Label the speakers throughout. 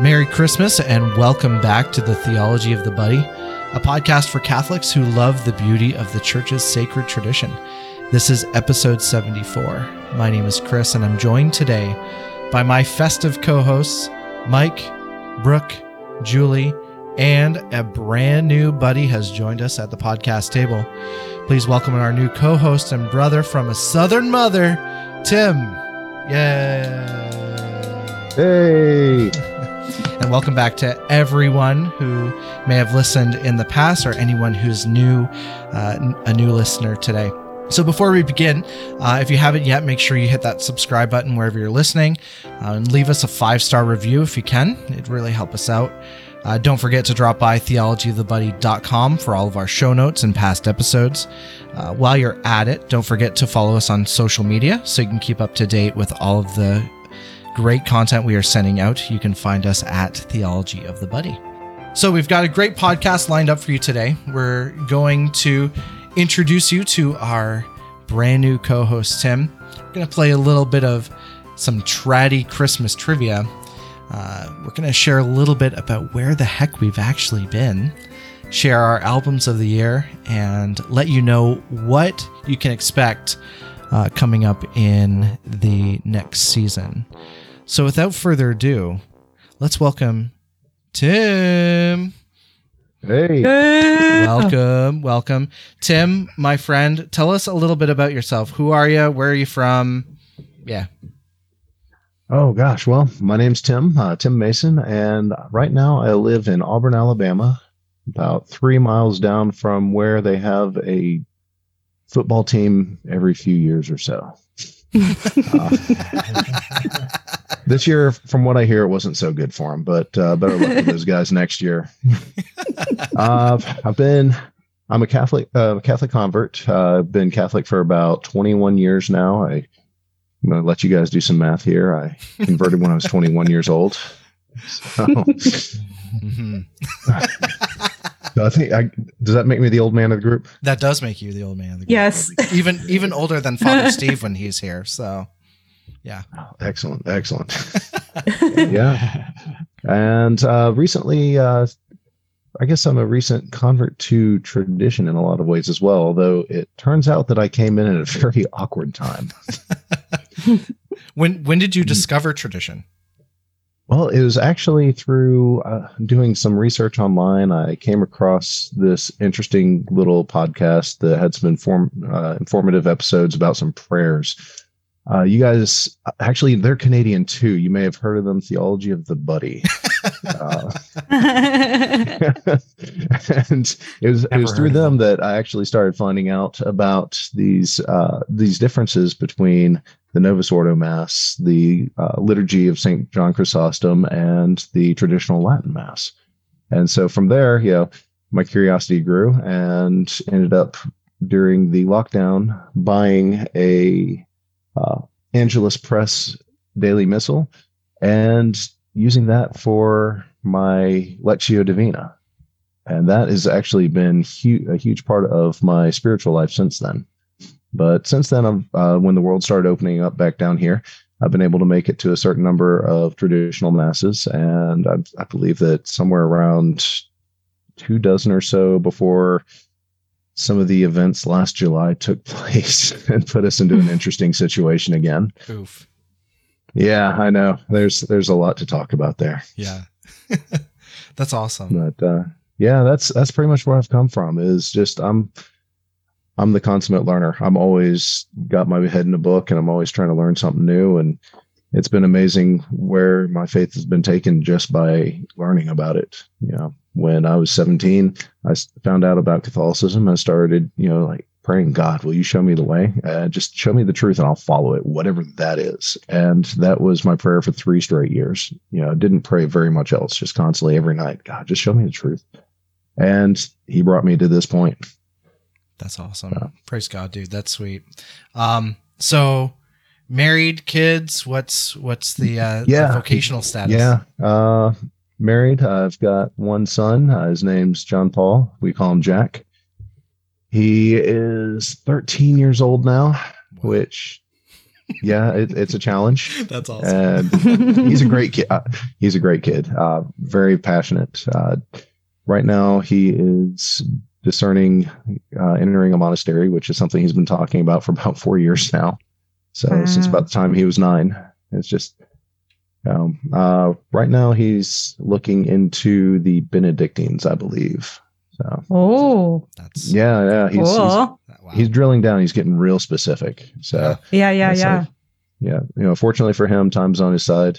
Speaker 1: Merry Christmas and welcome back to the Theology of the Buddy, a podcast for Catholics who love the beauty of the church's sacred tradition. This is episode 74. My name is Chris and I'm joined today by my festive co hosts, Mike, Brooke, Julie, and a brand new buddy has joined us at the podcast table. Please welcome our new co host and brother from a southern mother, Tim. Yay!
Speaker 2: Hey,
Speaker 1: And welcome back to everyone who may have listened in the past or anyone who's new, uh, n- a new listener today. So, before we begin, uh, if you haven't yet, make sure you hit that subscribe button wherever you're listening uh, and leave us a five star review if you can. It'd really help us out. Uh, don't forget to drop by theologyofthebuddy.com for all of our show notes and past episodes. Uh, while you're at it, don't forget to follow us on social media so you can keep up to date with all of the great content we are sending out. You can find us at Theology of the Buddy. So, we've got a great podcast lined up for you today. We're going to introduce you to our brand new co host, Tim. We're going to play a little bit of some tratty Christmas trivia. Uh, we're going to share a little bit about where the heck we've actually been, share our albums of the year, and let you know what you can expect uh, coming up in the next season. So without further ado, let's welcome Tim.
Speaker 2: hey.
Speaker 1: Welcome, welcome. Tim, my friend, tell us a little bit about yourself. Who are you? Where are you from? Yeah.
Speaker 2: Oh gosh. Well, my name's Tim, uh, Tim Mason, and right now I live in Auburn, Alabama, about three miles down from where they have a football team every few years or so. Uh, this year, from what I hear, it wasn't so good for them, but uh, better luck with those guys next year. uh, I've been, I'm a Catholic, uh, Catholic convert. Uh, I've been Catholic for about 21 years now. I, I'm going to let you guys do some math here. I converted when I was 21 years old. So,
Speaker 1: Mhm.
Speaker 2: I think I, does that make me the old man of the group?
Speaker 1: That does make you the old man. Of the group.
Speaker 3: Yes.
Speaker 1: Even even older than Father Steve when he's here. So
Speaker 2: Excellent, excellent. yeah. And uh, recently, uh, I guess I'm a recent convert to tradition in a lot of ways as well, although it turns out that I came in at a very awkward time.
Speaker 1: when when did you discover tradition?
Speaker 2: Well, it was actually through uh, doing some research online. I came across this interesting little podcast that had some inform uh, informative episodes about some prayers. Uh, you guys, actually, they're Canadian too. You may have heard of them, Theology of the Buddy. Uh, and it was it
Speaker 4: Never
Speaker 2: was through
Speaker 4: heard of
Speaker 2: them that I actually started finding out about these uh, these differences between the Novus Ordo Mass, the uh, liturgy of Saint John Chrysostom, and the traditional Latin Mass. And so from there, you know, my curiosity grew and ended up during the lockdown buying a uh, Angelus Press daily missal and using that for my Lectio Divina. And that has actually been hu- a huge part of my spiritual life since then. But since then, I've, uh, when the world started opening up back down here, I've been able to make it to a certain number of traditional masses. And I, I believe that somewhere around two dozen or so before some of the events last July took place and put us into an interesting situation again.
Speaker 1: Oof.
Speaker 2: Yeah, I know. There's there's a lot to talk about there.
Speaker 1: Yeah. That's awesome.
Speaker 2: But uh yeah, that's that's pretty much where I've come from is just I'm I'm the consummate learner. I'm always got my head in a book and I'm always trying to learn something new and it's been amazing where my faith has been taken just by learning about it. You know, when I was 17, I s- found out about Catholicism. I started, you know, like praying, God, will you show me the way? Uh, just show me the truth and I'll follow it, whatever that is. And that was my prayer for three straight years. You know, I didn't pray very much else, just constantly every night, God, just show me the truth. And he brought me to this point.
Speaker 1: That's awesome. Praise God, dude. That's sweet. Um, so married, kids, what's what's the uh
Speaker 2: Yeah.
Speaker 1: the vocational status?
Speaker 2: Yeah. Uh, married. I've got one son. Uh, his name's John Paul. We call him Jack. He is 13 years old now, which yeah, it, it's a challenge.
Speaker 1: That's awesome.
Speaker 2: And he's a great kid. Uh, he's a great kid. Uh, very passionate. Uh, right now, he is discerning uh, entering a monastery, which is something he's been talking about for about four years now. So
Speaker 3: Wow.
Speaker 2: since about the time he was nine, it's just. Um, uh, right now, he's looking into the Benedictines, I believe. So
Speaker 3: Oh,
Speaker 1: That's
Speaker 2: yeah, yeah, he's he's,
Speaker 3: cool.
Speaker 1: wow.
Speaker 2: he's drilling down. He's getting real specific. So.
Speaker 1: Yeah.
Speaker 3: yeah, yeah,
Speaker 2: It's
Speaker 3: yeah.
Speaker 2: like- yeah, you know, fortunately for him, time's on his side.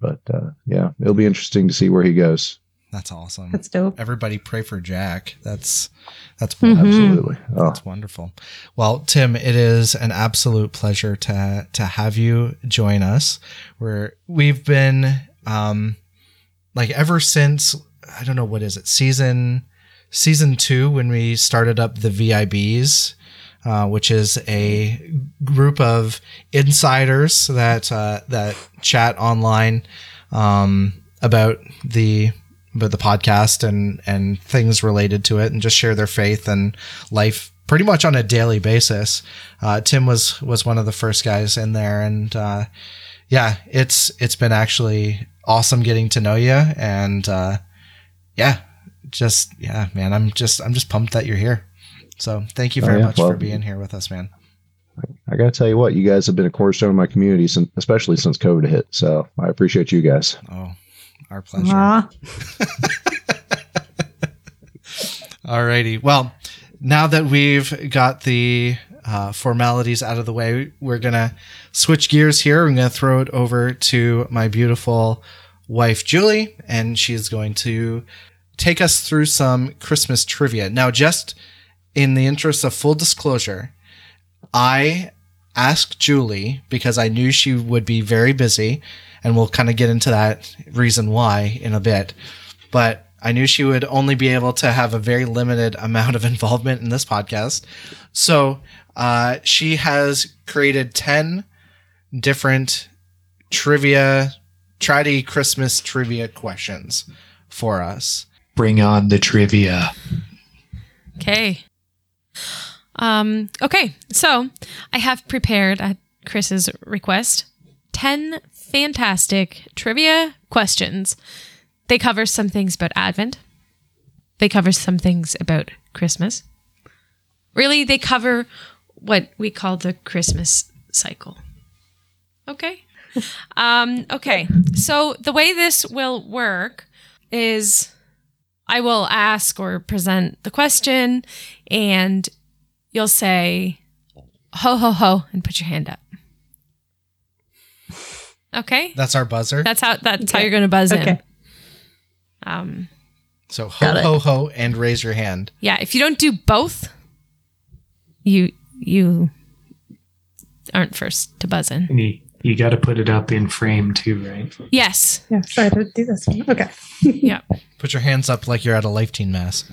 Speaker 2: But uh, yeah, it'll be interesting to see where he goes.
Speaker 1: That's awesome.
Speaker 3: That's dope.
Speaker 1: Everybody pray for Jack. That's that's
Speaker 2: Mm-hmm.
Speaker 3: Mhm.
Speaker 5: Mm-hmm.
Speaker 2: Absolutely. Oh,
Speaker 1: That's wonderful. Well, Tim, it is an absolute pleasure to to have you join us. We're we've been um like ever since I don't know what is it season season two when we started up the VIBs, uh, which is a group of insiders that uh, that chat online um, about the about the podcast and and things related to it, and just share their faith and life pretty much on a daily basis. Uh, Tim was was one of the first guys in there, and uh, yeah, it's it's been actually awesome getting to know you, and uh, yeah, just yeah, man, I'm just I'm just pumped that you're here. So thank you
Speaker 2: Oh,
Speaker 1: very
Speaker 2: yeah,
Speaker 1: much
Speaker 2: well-
Speaker 1: for being here with us, man.
Speaker 2: I gotta tell you what, you guys have been a cornerstone of my community since, especially since COVID hit. So I appreciate you guys.
Speaker 1: Oh, our pleasure.
Speaker 3: Aw.
Speaker 1: Alrighty. Well, now that we've got the uh, formalities out of the way, we're gonna switch gears here. I'm gonna throw it over to my beautiful wife Julie, and she's going to take us through some Christmas trivia. Now, just in the interest of full disclosure, I asked Julie because I knew she would be very busy, and we'll kind of get into that reason why in a bit but I knew she would only be able to have a very limited amount of involvement in this podcast. So uh, she has created 10 different trivia, try to eat Christmas trivia questions for us.
Speaker 4: Bring on the trivia.
Speaker 5: Okay. Um, okay, so I have prepared at Chris's request 10 fantastic trivia questions. They cover some things about Advent, they cover some things about Christmas. Really, they cover what we call the Christmas cycle. Okay. Um, okay, so the way this will work is. I will ask or present the question, and you'll say, ho, ho, ho, and put your hand up. Okay.
Speaker 1: That's our buzzer.
Speaker 5: That's how that's how you're going to buzz in.
Speaker 3: Okay.
Speaker 5: Um,
Speaker 1: so ho,
Speaker 3: Got it.
Speaker 1: ho, ho, and raise your hand.
Speaker 5: yeah. If you don't do both, you you aren't first to buzz in.
Speaker 4: And you, you got to put it up in frame too, right?
Speaker 5: Yes.
Speaker 3: Yeah, sorry, I didn't do this one. Okay.
Speaker 5: Yeah.
Speaker 1: Put your hands up like you're at a life team mass.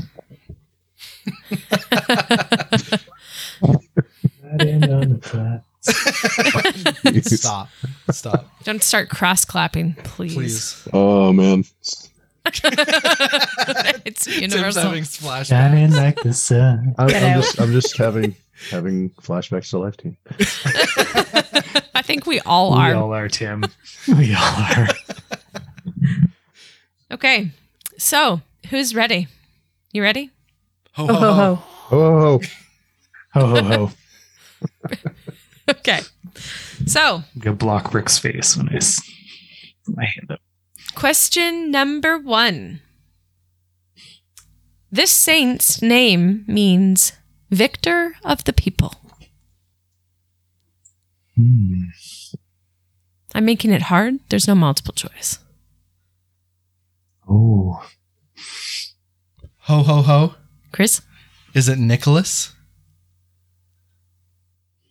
Speaker 1: Stop. Stop.
Speaker 5: Don't start cross clapping, please.
Speaker 1: Please.
Speaker 2: oh man.
Speaker 5: it's
Speaker 1: Tim's
Speaker 5: universal.
Speaker 1: having splash.
Speaker 4: Shining like the sun.
Speaker 2: I'm,
Speaker 3: Get
Speaker 2: I'm
Speaker 3: out.
Speaker 2: just I'm just having having flashbacks to Life Team.
Speaker 5: I think we all
Speaker 4: We
Speaker 5: are.
Speaker 4: all are, Tim. We all are.
Speaker 5: Okay. So, who's ready? You ready?
Speaker 1: Ho,
Speaker 3: Oh, ho, ho.
Speaker 2: Oh,
Speaker 4: Ho, ho, ho.
Speaker 5: Okay. So,
Speaker 4: I'm gonna block Rick's face when I s- put my hand up.
Speaker 5: question number one. This saint's name means victor of the people.
Speaker 4: Hmm.
Speaker 5: I'm making it hard. There's no multiple choice.
Speaker 4: Oh,
Speaker 1: Ho, ho, ho.
Speaker 5: Chris,
Speaker 1: Is it Nicholas?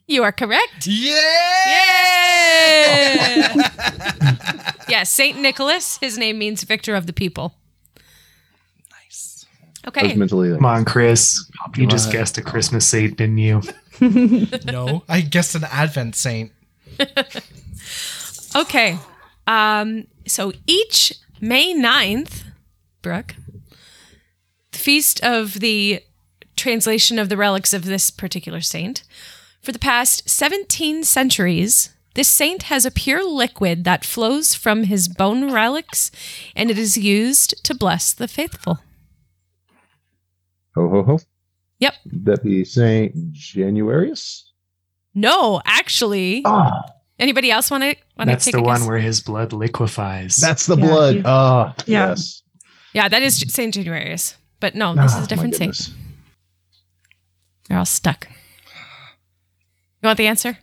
Speaker 5: you are correct.
Speaker 1: Yeah.
Speaker 5: Yay! yeah, Saint Nicholas. His name means victor of the people.
Speaker 1: Nice.
Speaker 2: I was
Speaker 5: Okay.
Speaker 2: mentally
Speaker 4: come
Speaker 2: like,
Speaker 4: on, Chris. You just
Speaker 2: Right.
Speaker 4: guessed a Christmas saint, didn't you?
Speaker 1: No, I guess an Advent saint.
Speaker 5: Okay. Um, so each May 9th, Brooke, the feast of the translation of the relics of this particular saint, for the past 17 centuries, This saint has a pure liquid that flows from his bone relics, and it is used to bless the faithful.
Speaker 2: Ho ho ho.
Speaker 5: Yep.
Speaker 2: That be Saint Januarius.
Speaker 5: No, actually,
Speaker 2: Ah,
Speaker 5: anybody else want to want to
Speaker 4: Oh. That's
Speaker 5: take
Speaker 4: the
Speaker 5: a
Speaker 4: one
Speaker 5: guess?
Speaker 4: where his blood liquefies.
Speaker 2: that's the
Speaker 3: Yeah.
Speaker 2: blood. Ah,
Speaker 3: Yeah.
Speaker 2: yes.
Speaker 5: yeah, that is Saint Januarius, but no, this
Speaker 2: Ah,
Speaker 5: is
Speaker 2: my
Speaker 5: a different saint.
Speaker 2: goodness.
Speaker 5: They're all stuck. You want the answer?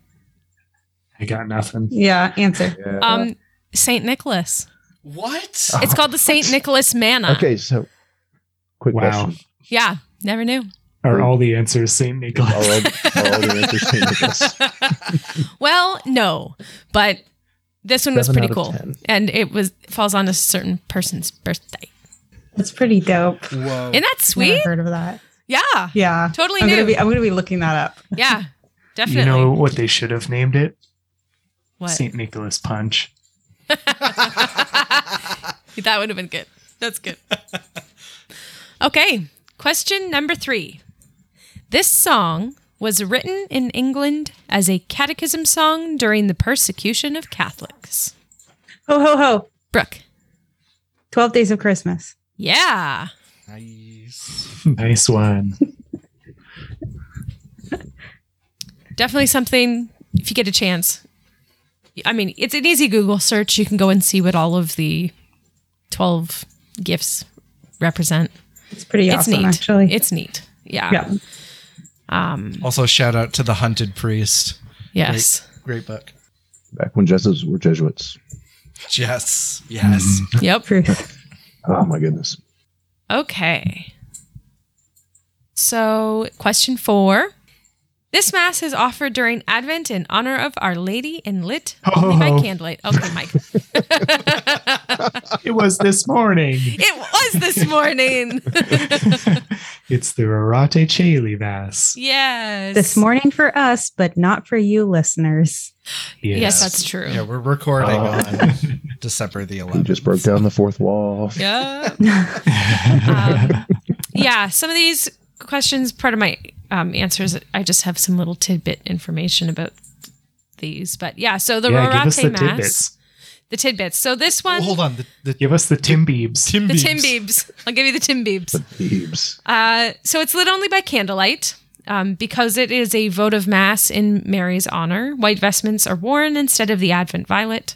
Speaker 4: I got nothing.
Speaker 3: Yeah, answer.
Speaker 2: Yeah.
Speaker 5: Um, Saint Nicholas.
Speaker 1: What?
Speaker 5: It's called the Saint Nicholas Manna.
Speaker 2: okay, so quick
Speaker 4: Wow.
Speaker 2: question.
Speaker 5: Yeah, never knew.
Speaker 4: Are all the answers Saint Nicholas?
Speaker 2: Are all, are all the answers Saint Nicholas?
Speaker 5: well, no, but this one was
Speaker 2: Seven
Speaker 5: pretty
Speaker 2: out of
Speaker 5: cool,
Speaker 2: 10.
Speaker 5: and it was falls on a certain person's birthday.
Speaker 3: That's pretty dope.
Speaker 1: Whoa.
Speaker 5: Isn't that
Speaker 3: Never
Speaker 5: sweet?
Speaker 3: heard of that.
Speaker 5: Yeah,
Speaker 3: Yeah.
Speaker 5: totally
Speaker 3: I'm
Speaker 5: new.
Speaker 3: gonna be I'm gonna be looking that up.
Speaker 5: yeah, definitely.
Speaker 4: You know what they should have named it?
Speaker 5: what?
Speaker 4: Saint Nicholas Punch.
Speaker 5: that would have been good. That's good. okay, question number three. This song was written in England as a catechism song during the persecution of Catholics.
Speaker 3: Ho ho ho.
Speaker 5: Brooke.
Speaker 3: Twelve days of Christmas.
Speaker 5: Yeah.
Speaker 1: nice.
Speaker 4: Nice one.
Speaker 5: Definitely something if you get a chance. I mean, it's an easy Google search. You can go and see what all of the 12 gifts represent.
Speaker 3: It's pretty
Speaker 5: it's
Speaker 3: awesome
Speaker 5: neat.
Speaker 3: actually.
Speaker 5: It's neat. Yeah.
Speaker 3: yeah.
Speaker 5: Um,
Speaker 1: Also, shout out to the Hunted Priest.
Speaker 5: yes.
Speaker 1: Great book.
Speaker 2: Back when Jesuits were Jesuits.
Speaker 1: Yes. Yes.
Speaker 5: Yep.
Speaker 3: Truth.
Speaker 2: Oh my goodness.
Speaker 5: Okay. So, question four. This mass is offered during Advent in honor of Our Lady and lit only by
Speaker 4: Oh.
Speaker 5: candlelight. Okay, Mike.
Speaker 4: it was this morning.
Speaker 5: it was this morning.
Speaker 4: it's the Rarate Chaley Mass.
Speaker 5: yes.
Speaker 3: This morning for us, but not for you listeners.
Speaker 5: Yes, that's true.
Speaker 1: Yeah, we're recording on December the
Speaker 2: We
Speaker 1: 11th.
Speaker 2: just broke down the fourth wall.
Speaker 5: Yeah.
Speaker 3: That's
Speaker 5: Um, yeah. Some of these questions, part of my um, answers, I just have some little tidbit information about these. But yeah, so the
Speaker 4: yeah, give us
Speaker 5: Rorate
Speaker 4: the
Speaker 5: Mass,
Speaker 4: tidbits.
Speaker 5: the tidbits. So this
Speaker 1: Oh,
Speaker 5: one,
Speaker 1: hold on. The, the
Speaker 4: Give us the Timbeebs.
Speaker 1: Tim
Speaker 5: the
Speaker 1: Beams.
Speaker 5: Tim Beebs. I'll give you the Tim Beebs.
Speaker 2: Thebes.
Speaker 5: Uh, so it's lit only by candlelight um, because it is a votive mass in Mary's honor. White vestments are worn instead of the Advent violet.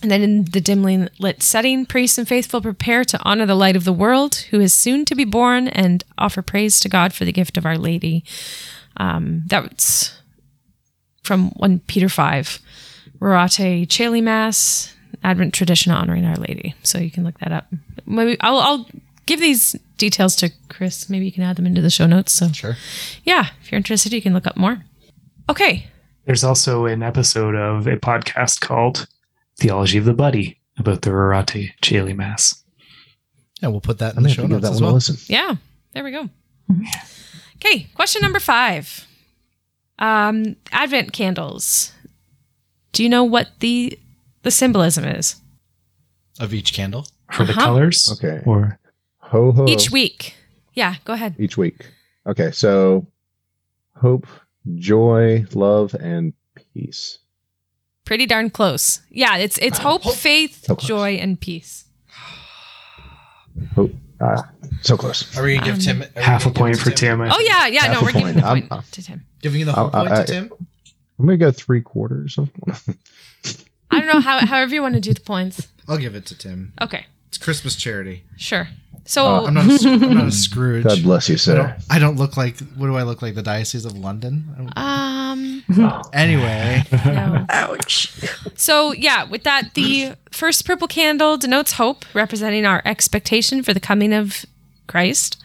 Speaker 5: And then in the dimly lit setting, priests and faithful prepare to honor the light of the world who is soon to be born and offer praise to God for the gift of Our Lady. Um, that's from 1 Peter 5. Rorate Chaley Mass, Advent tradition honoring Our Lady. So you can look that up. Maybe I'll, I'll give these details to Chris. Maybe you can add them into the show notes. So
Speaker 1: Sure.
Speaker 5: yeah, if you're interested, you can look up more. Okay.
Speaker 4: There's also an episode of a podcast called Theology of the Buddy about the Rarate Chaley Mass.
Speaker 1: Yeah, we'll put that in
Speaker 2: I'm
Speaker 1: the
Speaker 2: going
Speaker 1: show
Speaker 2: to give
Speaker 1: notes
Speaker 2: that
Speaker 1: as
Speaker 2: one a
Speaker 1: well.
Speaker 2: listen.
Speaker 5: Yeah. There we go. Okay. Question number five. Um, Advent candles. Do you know what the the symbolism is?
Speaker 1: Of each candle.
Speaker 4: For the
Speaker 5: Uh-huh.
Speaker 4: colors?
Speaker 2: Okay.
Speaker 4: Or
Speaker 2: Ho ho.
Speaker 5: Each week. Yeah, go ahead.
Speaker 2: Each week. Okay, so hope, joy, love, and peace.
Speaker 5: Pretty darn close. Yeah, it's it's hope,
Speaker 1: Hope.
Speaker 5: faith,
Speaker 2: So close.
Speaker 5: joy, and peace.
Speaker 2: Hope. Ah, so close.
Speaker 1: Are we gonna give
Speaker 5: Um,
Speaker 1: Tim are we
Speaker 4: half a
Speaker 1: gonna give
Speaker 4: point
Speaker 1: it to
Speaker 4: for
Speaker 1: Tim?
Speaker 4: Tim. I
Speaker 5: Oh
Speaker 4: think.
Speaker 5: yeah, yeah.
Speaker 2: Half
Speaker 5: No,
Speaker 2: a
Speaker 5: we're giving
Speaker 2: point.
Speaker 5: the
Speaker 2: I'm-
Speaker 5: point
Speaker 2: I'm- uh,
Speaker 5: to Tim.
Speaker 1: Giving you the whole
Speaker 2: I-
Speaker 1: point
Speaker 2: I-
Speaker 1: to Tim.
Speaker 2: I'm going to go three quarters of one.
Speaker 5: I don't know how however you want to do the points.
Speaker 1: I'll give it to Tim.
Speaker 5: Okay,
Speaker 1: It's Christmas charity.
Speaker 5: sure. So
Speaker 2: Uh,
Speaker 1: I'm not. A, I'm not a Scrooge.
Speaker 2: God bless you,
Speaker 1: I
Speaker 2: sir.
Speaker 1: don't, I don't look like. What do I look like? The Diocese of London. I don't-
Speaker 5: Um,
Speaker 1: Anyway,
Speaker 5: no.
Speaker 3: Ouch.
Speaker 5: So, yeah, with that, the first purple candle denotes hope, representing our expectation for the coming of Christ.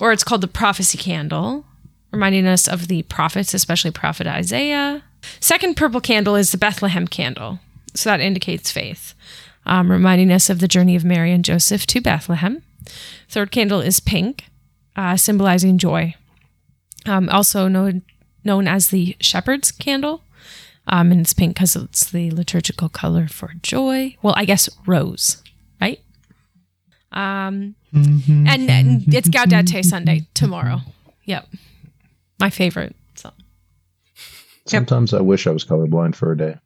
Speaker 5: Or it's called the prophecy candle, reminding us of the prophets, especially prophet Isaiah. Second purple candle is the Bethlehem candle. So that indicates faith, um, reminding us of the journey of Mary and Joseph to Bethlehem. Third candle is pink, uh, symbolizing joy, um, also known, known as the shepherd's candle. Um, and it's pink because it's the liturgical color for joy. Well, I guess rose, right? Um, and, and it's Gaudete Sunday tomorrow. Yep, my favorite. So
Speaker 2: Sometimes I wish I was colorblind for a day.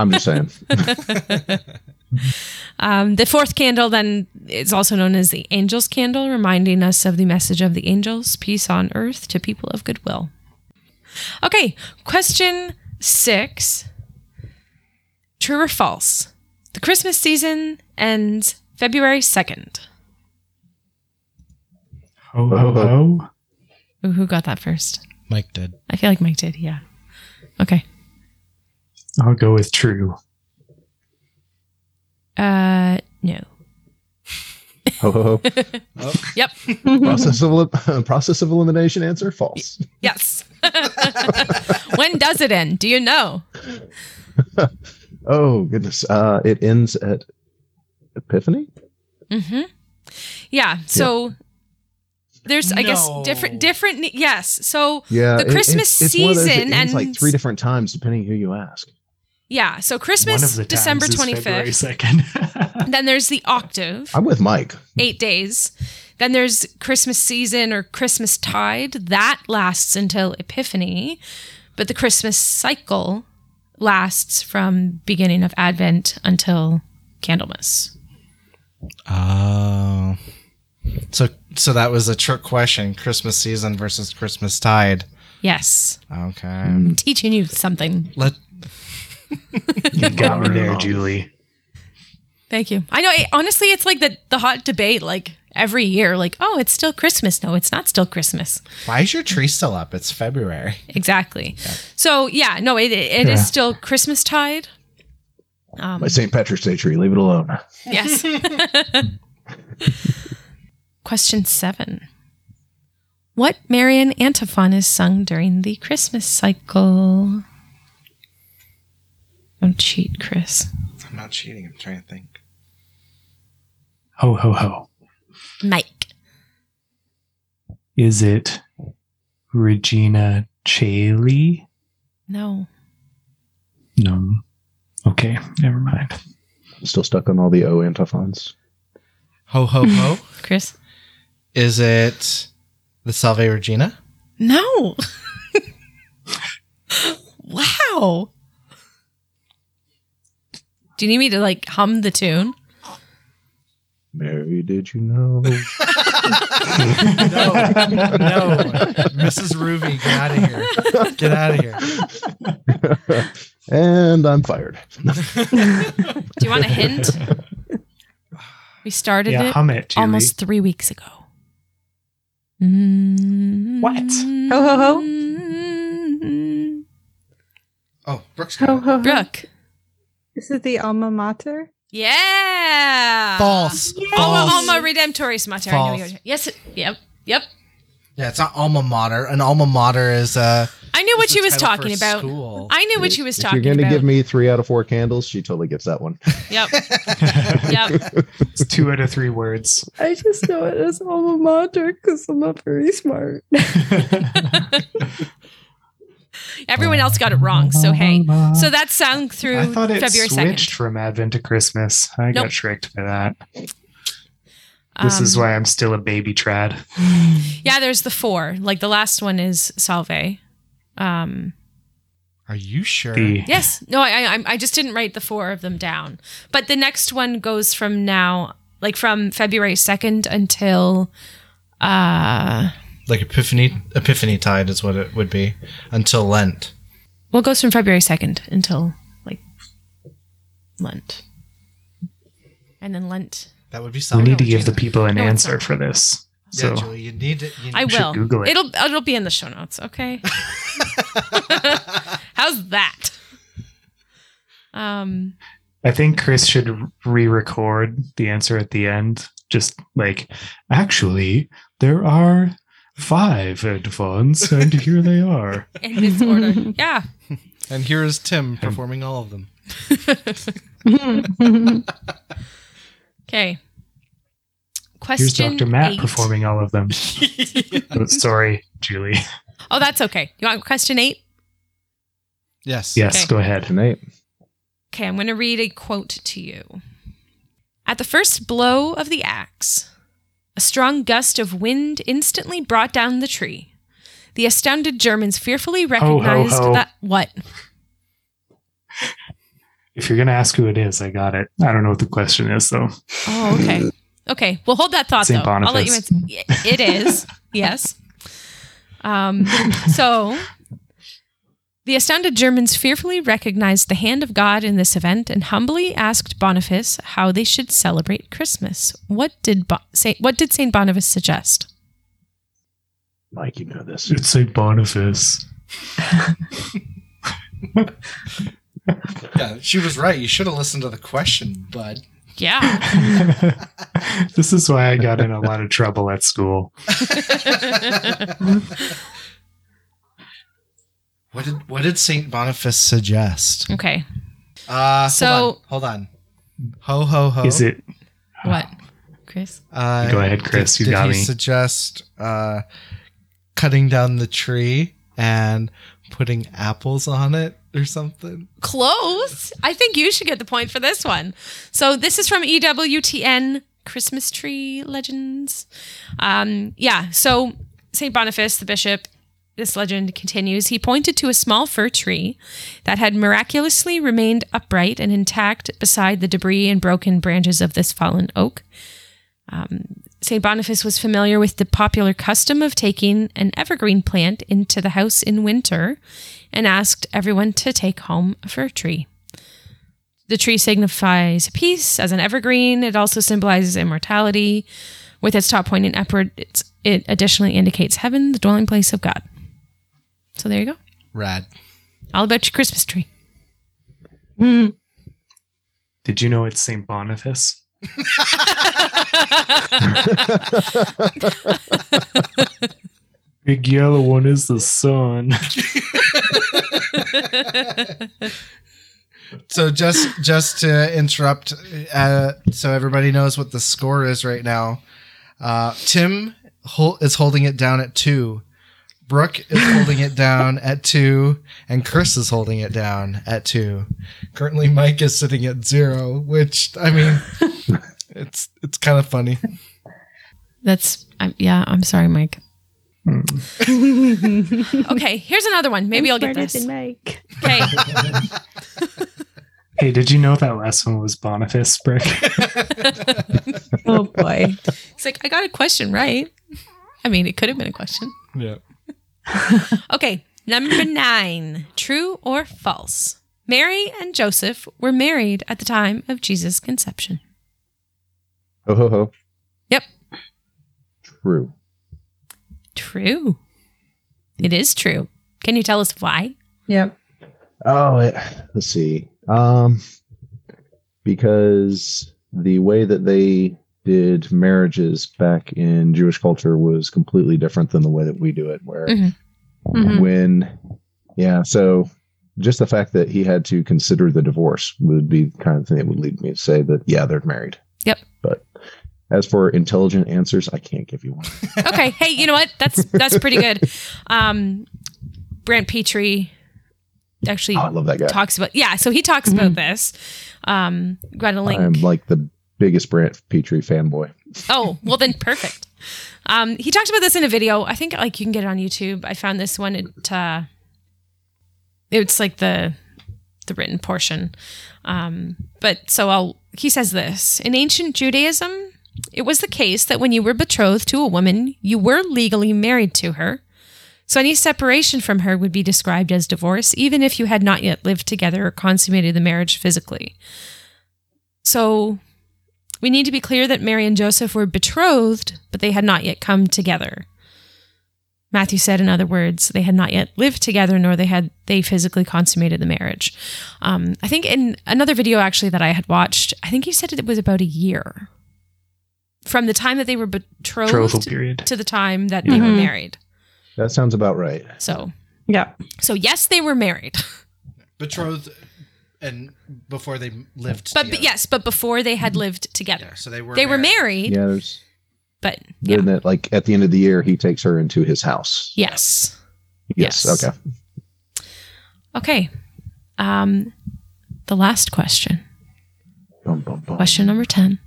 Speaker 2: I'm just saying.
Speaker 5: um, the fourth candle then is also known as the angel's candle, reminding us of the message of the angels, peace on earth to people of goodwill. Okay, question six. True or false? The Christmas season ends February 2nd.
Speaker 4: Ho, ho, ho.
Speaker 5: Ooh, who got that first?
Speaker 1: Mike did.
Speaker 5: I feel like Mike did, yeah. Okay.
Speaker 4: I'll go with true.
Speaker 5: Uh, no.
Speaker 2: Ho, ho, ho.
Speaker 5: Yep.
Speaker 2: Process of elim- process of elimination answer false.
Speaker 5: Yes. when does it end? Do you know?
Speaker 2: Oh goodness. Uh, it ends at Epiphany.
Speaker 5: Mm-hmm. Yeah. So there's, I guess,
Speaker 1: No.
Speaker 5: different, different. Yes. So
Speaker 2: Yeah,
Speaker 5: The Christmas
Speaker 2: one of those that
Speaker 5: season
Speaker 2: ends like
Speaker 5: ends-
Speaker 2: three different times depending who you ask.
Speaker 5: yeah. So Christmas,
Speaker 4: One of the
Speaker 5: December
Speaker 4: times
Speaker 5: twenty
Speaker 4: is February
Speaker 5: fifth.
Speaker 4: 2nd.
Speaker 5: Then there's the octave,
Speaker 2: I'm with Mike.
Speaker 5: eight days. Then there's Christmas season or Christmas tide that lasts until Epiphany, but the Christmas cycle lasts from beginning of Advent until Candlemas.
Speaker 1: Oh. So so that was a trick question. Christmas season versus Christmas tide.
Speaker 5: Yes,
Speaker 1: Okay.
Speaker 5: teaching you something.
Speaker 1: Let
Speaker 4: you got me there,
Speaker 2: Wow.
Speaker 4: Julie.
Speaker 5: Thank you. I know. It, honestly, it's like the the hot debate, like every year, like oh, it's still Christmas. No, it's not still Christmas.
Speaker 1: why is your tree still up? It's February.
Speaker 5: Exactly. So yeah, no, it it it is
Speaker 4: Yeah.
Speaker 5: still Christmas tide. Um,
Speaker 2: My St. Patrick's Day tree. Leave it alone.
Speaker 5: yes. Question seven. What Marian antiphon is sung during the Christmas cycle? Don't cheat, Chris.
Speaker 1: I'm not cheating. I'm trying to think.
Speaker 4: Ho, ho, ho.
Speaker 5: Mike.
Speaker 4: Is it Regina Chaley?
Speaker 5: No.
Speaker 4: No. Okay, never mind.
Speaker 2: I'm still stuck on all the O antiphons.
Speaker 1: Ho ho ho.
Speaker 5: Chris?
Speaker 1: is it the Salve Regina?
Speaker 5: No. wow. Do you need me to like hum the tune?
Speaker 2: Mary, did you know?
Speaker 1: No. Mrs. Ruby, get out of here. Get out of here.
Speaker 2: and I'm fired.
Speaker 5: Do you want a hint? we started
Speaker 4: yeah,
Speaker 5: it
Speaker 4: hum it, Julie.
Speaker 5: almost three weeks ago. Mm-hmm. What?
Speaker 3: Ho, ho,
Speaker 5: Mm. ho.
Speaker 1: Oh, Brooks got
Speaker 3: Ho,
Speaker 1: it.
Speaker 3: ho, ho.
Speaker 5: Mm-hmm. Brooke.
Speaker 3: This is the alma mater.
Speaker 5: Yeah.
Speaker 1: False.
Speaker 5: Alma,
Speaker 1: False.
Speaker 5: alma redemptoris mater. I knew you
Speaker 1: False.
Speaker 5: were- yes. it- Yep. Yep.
Speaker 1: yeah, it's not alma mater. An alma mater is uh
Speaker 5: I knew what
Speaker 1: is
Speaker 5: she
Speaker 1: the
Speaker 5: was
Speaker 1: title for
Speaker 5: talking about.
Speaker 1: School.
Speaker 5: I knew what she was
Speaker 2: If
Speaker 5: talking
Speaker 2: You're
Speaker 5: about.
Speaker 2: to give me three out of four candles. She totally gets that one.
Speaker 5: yep. yep.
Speaker 4: It's two out of three words.
Speaker 3: I just know it as alma mater because I'm not very smart.
Speaker 5: Everyone else got it wrong. So hey. So that's sung through
Speaker 4: I thought it
Speaker 5: February
Speaker 4: switched
Speaker 5: second.
Speaker 4: from Advent to Christmas. I
Speaker 5: Nope. Um,
Speaker 4: got tricked by that. This is why I'm still a baby trad.
Speaker 5: Yeah, there's the four. Like the last one is Salve. Um,
Speaker 1: Are you sure?
Speaker 4: The
Speaker 5: yes. No, I, I I'm- I just didn't write the four of them down. But the next one goes from now, like from February second until. Uh,
Speaker 1: like epiphany epiphany tide is what it would be until lent
Speaker 5: well, it goes from February second until like Lent, and then Lent.
Speaker 1: that would be
Speaker 4: we
Speaker 1: something
Speaker 4: need to give the people an
Speaker 5: No, it's
Speaker 4: answer
Speaker 5: not.
Speaker 4: for this.
Speaker 1: yeah
Speaker 4: So
Speaker 1: julie you need it you
Speaker 5: I
Speaker 1: need-
Speaker 4: should
Speaker 5: will.
Speaker 4: Google it.
Speaker 5: It'll it'll be in the show notes. Okay. How's that? Um.
Speaker 4: I think Chris should re-record the answer at the end. Just like, actually, there are five antiphons, and here they are.
Speaker 5: in this order. Yeah.
Speaker 1: and here is tim performing all of them
Speaker 5: Okay.
Speaker 4: Here's
Speaker 5: Question
Speaker 4: Dr. Matt
Speaker 5: eight.
Speaker 4: performing all of them. Oh, Sorry, Julie.
Speaker 5: Oh, that's okay. You want question eight?
Speaker 1: yes
Speaker 4: Yes,
Speaker 5: Okay.
Speaker 4: go ahead.
Speaker 2: Tonight.
Speaker 5: Okay, I'm going to read a quote to you. At the first blow of the axe, a strong gust of wind instantly brought down the tree. The astounded Germans fearfully recognized
Speaker 4: ho.
Speaker 5: that what?
Speaker 4: If you're going to ask who it is, I got it. I don't know what the question is, though.
Speaker 5: Oh, okay. Okay. Well, hold that thought
Speaker 4: Saint
Speaker 5: though. I'll let you
Speaker 4: Boniface.
Speaker 5: ans- It is. yes. Um, so the astounded Germans fearfully recognized the hand of God in this event and humbly asked Boniface how they should celebrate Christmas. What did Bo- Saint, what did Saint Boniface suggest?
Speaker 2: Mike, you know this.
Speaker 4: It's St. Boniface.
Speaker 1: Yeah, she was right. You should have listened to the question, bud.
Speaker 5: Yeah.
Speaker 4: this is why I got in a lot of trouble at school.
Speaker 1: What did what did Saint Boniface suggest?
Speaker 5: okay.
Speaker 1: Uh,
Speaker 5: So-
Speaker 1: hold on, hold on. Ho ho ho.
Speaker 4: Is it?
Speaker 5: What? Chris?
Speaker 1: Uh,
Speaker 4: Go ahead, Chris,
Speaker 1: Did,
Speaker 4: you
Speaker 1: did
Speaker 4: got
Speaker 1: he
Speaker 4: me.
Speaker 1: suggest uh, cutting down the tree and putting apples on it or something?
Speaker 5: Close. I think you should get the point for this one. So this is from E EWTN Christmas Tree Legends. Um, yeah. So Saint Boniface, the bishop. This legend continues. He pointed to a small fir tree that had miraculously remained upright and intact beside the debris and broken branches of this fallen oak. St. Boniface was familiar with the popular custom of taking an evergreen plant into the house in winter and asked everyone to take home a fir tree. The tree signifies peace as an evergreen. It also symbolizes immortality. With its top pointing upward, it's, it additionally indicates heaven, the dwelling place of God. So there you go.
Speaker 1: Rad.
Speaker 5: All about your Christmas tree.
Speaker 4: Did you know it's St. Boniface? Big yellow one is the sun.
Speaker 1: So just just to interrupt, uh, so everybody knows what the score is right now. Uh, Tim hol- is holding it down at two. Brooke is holding it down at two, and Chris is holding it down at two. Currently, Mike is sitting at zero, which I mean, it's it's kind of funny.
Speaker 5: That's, I'm, yeah, I'm sorry, Mike.
Speaker 3: Hmm.
Speaker 5: okay, here's another one. Maybe I'll get
Speaker 3: Smarter
Speaker 5: this.
Speaker 3: than Mike.
Speaker 5: Okay.
Speaker 4: Hey, did you know that last one was Boniface, Brick?
Speaker 3: Oh boy.
Speaker 5: It's like, I got a question, right? I mean, it could have been a question.
Speaker 1: Yeah.
Speaker 5: Okay, number nine true or false? Mary and Joseph were married at the time of Jesus' conception.
Speaker 2: Ho ho ho.
Speaker 5: Yep.
Speaker 2: True.
Speaker 5: True. It is true. Can you tell us why?
Speaker 3: Yep.
Speaker 2: Oh, it, let's see. Um, because the way that they did marriages back in Jewish culture was completely different than the way that we do it, where
Speaker 5: Mhm.
Speaker 3: Mhm.
Speaker 2: when, yeah, so just the fact that he had to consider the divorce would be the kind of thing that would lead me to say that, yeah, they're married.
Speaker 5: Yep.
Speaker 2: But as for intelligent answers, I can't give you one.
Speaker 5: Okay, hey, you know what? That's that's pretty good. Um, Brant Petrie actually
Speaker 2: Oh, I love that guy.
Speaker 5: talks about yeah. So he talks about this. Um, got a link.
Speaker 2: I'm like the biggest Brant Petrie fanboy.
Speaker 5: Oh, well then perfect. Um, he talked about this in a video. I think like you can get it on YouTube. I found this one. It uh, it's like the the written portion. Um, but so I'll he says this in ancient Judaism, it was the case that when you were betrothed to a woman, you were legally married to her. So any separation from her would be described as divorce, even if you had not yet lived together or consummated the marriage physically. So we need to be clear that Mary and Joseph were betrothed, but they had not yet come together. Matthew said, in other words, they had not yet lived together, nor they had they physically consummated the marriage. Um, I think in another video actually that I had watched, I think he said it was about a year from the time that they were
Speaker 4: Trothal
Speaker 5: betrothed
Speaker 4: period.
Speaker 5: to the time that they were
Speaker 3: Mhm.
Speaker 5: married.
Speaker 2: That sounds about right.
Speaker 5: So,
Speaker 3: Yeah.
Speaker 5: so yes, they were married,
Speaker 1: Betrothed, and before they lived.
Speaker 5: but, but
Speaker 1: together.
Speaker 5: yes, but before they had lived together,
Speaker 1: Mm-hmm. Yeah, so they were
Speaker 5: they were married,
Speaker 2: Yeah, there's
Speaker 5: but yeah,
Speaker 2: then that like at the end of the year he takes her into his house.
Speaker 5: yes.
Speaker 2: Yes.
Speaker 5: Yes.
Speaker 2: Okay.
Speaker 5: Okay. Um, the last question,
Speaker 2: Bum, bum, bum.
Speaker 5: question number 10.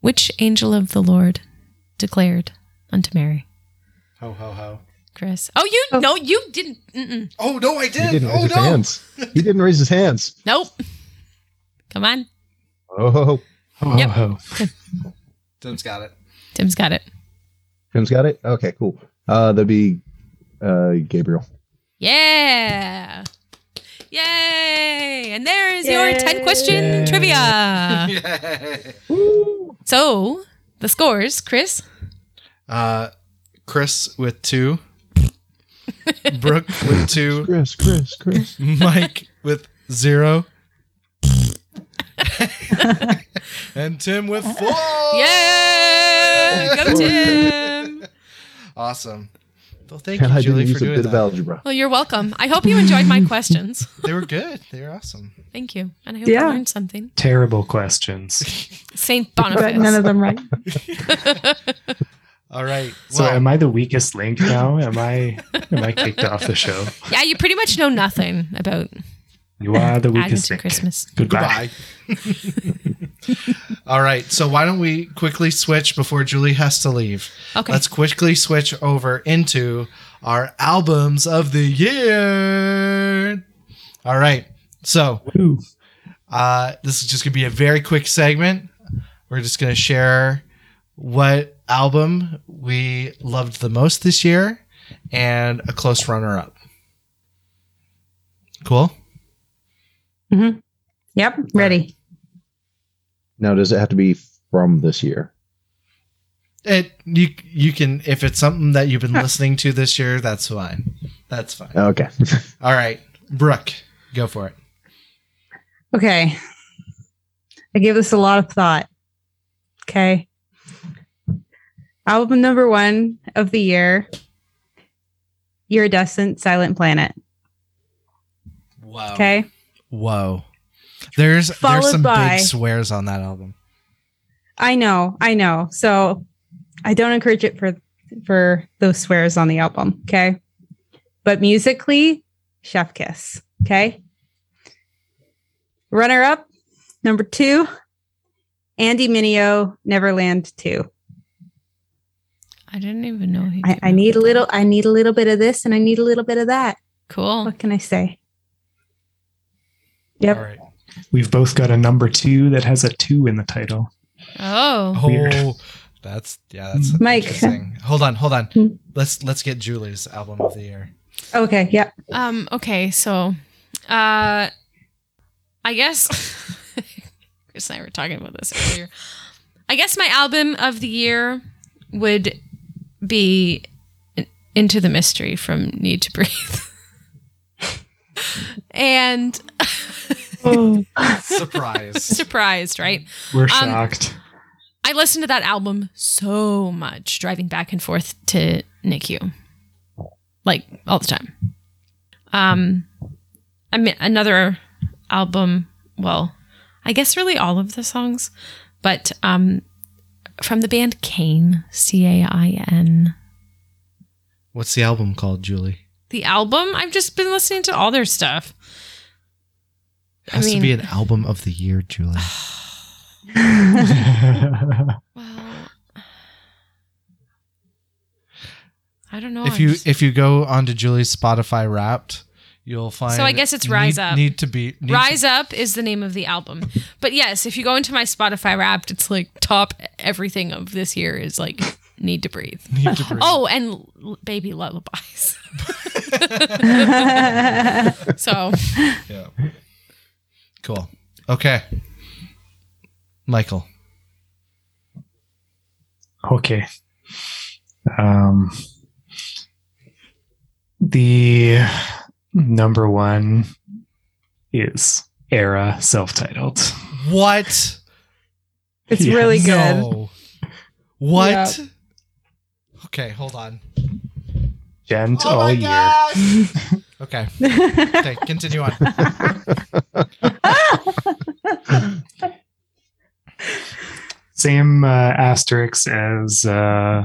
Speaker 5: Which angel of the Lord declared unto Mary?
Speaker 1: Ho ho ho!
Speaker 5: Chris. Oh, you
Speaker 3: Oh.
Speaker 5: no, you didn't. Mm-mm.
Speaker 1: Oh no, I
Speaker 2: He
Speaker 1: did.
Speaker 2: didn't raise
Speaker 1: Oh
Speaker 2: his
Speaker 1: no!
Speaker 2: hands. He didn't raise his hands.
Speaker 5: Nope. Come on,
Speaker 2: Oh,
Speaker 4: Ho,
Speaker 5: Yep.
Speaker 4: ho, ho.
Speaker 1: Tim's got it.
Speaker 5: Tim's got it.
Speaker 2: Tim's got it. Okay, cool. Uh, that'd be uh, Gabriel.
Speaker 5: Yeah. Yay! And there is your 10 question
Speaker 4: Yay.
Speaker 5: trivia. So, the scores, Chris.
Speaker 1: uh, Chris with two. Brooke with two.
Speaker 2: Chris, Chris, Chris.
Speaker 1: Mike with zero. and Tim with four.
Speaker 5: Yay!
Speaker 3: Oh.
Speaker 5: Go, Tim.
Speaker 1: Awesome.
Speaker 6: Well, thank
Speaker 2: and
Speaker 6: you,
Speaker 2: I didn't
Speaker 6: Julie, for
Speaker 2: use a
Speaker 6: doing
Speaker 2: bit
Speaker 6: that.
Speaker 2: of algebra.
Speaker 5: Well, you're welcome. I hope you enjoyed my questions.
Speaker 1: They were good. They were awesome.
Speaker 5: Thank you. And I hope
Speaker 3: Yeah.
Speaker 5: you learned something.
Speaker 4: Terrible questions.
Speaker 5: St.
Speaker 3: But none
Speaker 5: Boniface.
Speaker 3: of them right.
Speaker 1: All right.
Speaker 4: So
Speaker 1: well,
Speaker 4: am I the weakest link now? Am I am I kicked off the show?
Speaker 5: yeah, you pretty much know nothing about
Speaker 4: You are the
Speaker 5: Advent
Speaker 4: weakest
Speaker 5: and
Speaker 4: link.
Speaker 5: Christmas.
Speaker 1: Goodbye.
Speaker 4: Goodbye.
Speaker 1: All right. So why don't we quickly switch before Julie has to leave?
Speaker 5: Okay.
Speaker 1: Let's quickly switch over into our albums of the year. All right. So
Speaker 4: Woo.
Speaker 1: uh, this is just going to be a very quick segment. We're just going to share what album we loved the most this year and a close runner up. Cool.
Speaker 3: Mhm. Yep, ready.
Speaker 2: Now, does it have to be from this year?
Speaker 1: It you you can if it's something that you've been listening to this year, that's fine. That's fine.
Speaker 2: Okay.
Speaker 1: All right, Brooke, go for it.
Speaker 3: Okay. I gave this a lot of thought. Okay. Album number one of the year Iridescent Silent Planet.
Speaker 1: Wow.
Speaker 3: Okay.
Speaker 1: Whoa. There's
Speaker 3: Followed
Speaker 1: there's some
Speaker 3: by-
Speaker 1: big swears on that album.
Speaker 3: I know. I know. So I don't encourage it for for those swears on the album. Okay. But musically, Chef Kiss. Okay. Runner up, number two, Andy Mineo, Neverland 2.
Speaker 5: I didn't even know he.
Speaker 3: I,
Speaker 5: came
Speaker 3: I
Speaker 5: out
Speaker 3: need a
Speaker 5: with
Speaker 3: little
Speaker 5: that.
Speaker 3: I need a little bit of this and I need a little bit of that.
Speaker 5: Cool.
Speaker 3: What can I say? Yep.
Speaker 1: All right.
Speaker 4: We've both got a number two that has a two in the title.
Speaker 5: Oh,
Speaker 1: Oh,
Speaker 4: Weird.
Speaker 1: that's yeah, that's
Speaker 3: Mike.
Speaker 1: interesting. Hold on, hold on.
Speaker 3: Hmm.
Speaker 1: Let's let's get Julie's album of the year.
Speaker 3: Okay. Yep.
Speaker 5: um, okay. So, uh, I guess Chris and I were talking about this earlier. I guess my album of the year would be Into the Mystery from Need to Breathe. and
Speaker 1: Surprise.
Speaker 5: surprised, right?
Speaker 4: We're shocked.
Speaker 5: I listened to that album so much driving back and forth to NICU, like all the time. Um, I mean, another album. Well, I guess really all of the songs, but um, from the band Kane, C A I N.
Speaker 1: What's the album called, Julie?
Speaker 5: The album I've just been listening to all their stuff. I
Speaker 1: Has
Speaker 5: mean-
Speaker 1: to be an album of the year, Julie.
Speaker 5: Well, I don't know
Speaker 1: if
Speaker 5: Oh, I'm
Speaker 1: you
Speaker 5: just-
Speaker 1: if you go onto Julie's Spotify Wrapped, you'll find.
Speaker 5: I guess it's Rise
Speaker 1: need,
Speaker 5: Up.
Speaker 1: Need to be need to-
Speaker 5: Rise Up is the name of the album. But yes, if you go into my Spotify wrapped, it's like top everything of this year is like Need to Breathe.
Speaker 1: need to breathe.
Speaker 5: Oh, and L- Baby Lullabies. so,
Speaker 1: yeah. Cool. Okay. Michael.
Speaker 4: okay. Um, the number one is Era self-titled.
Speaker 1: What?
Speaker 3: it's
Speaker 4: Yeah.
Speaker 3: really good.
Speaker 1: No. What? Okay, hold on.
Speaker 4: Gent
Speaker 5: Oh
Speaker 1: Oh
Speaker 4: all year.
Speaker 1: Okay. Okay, continue on.
Speaker 4: Same uh, asterisk as uh,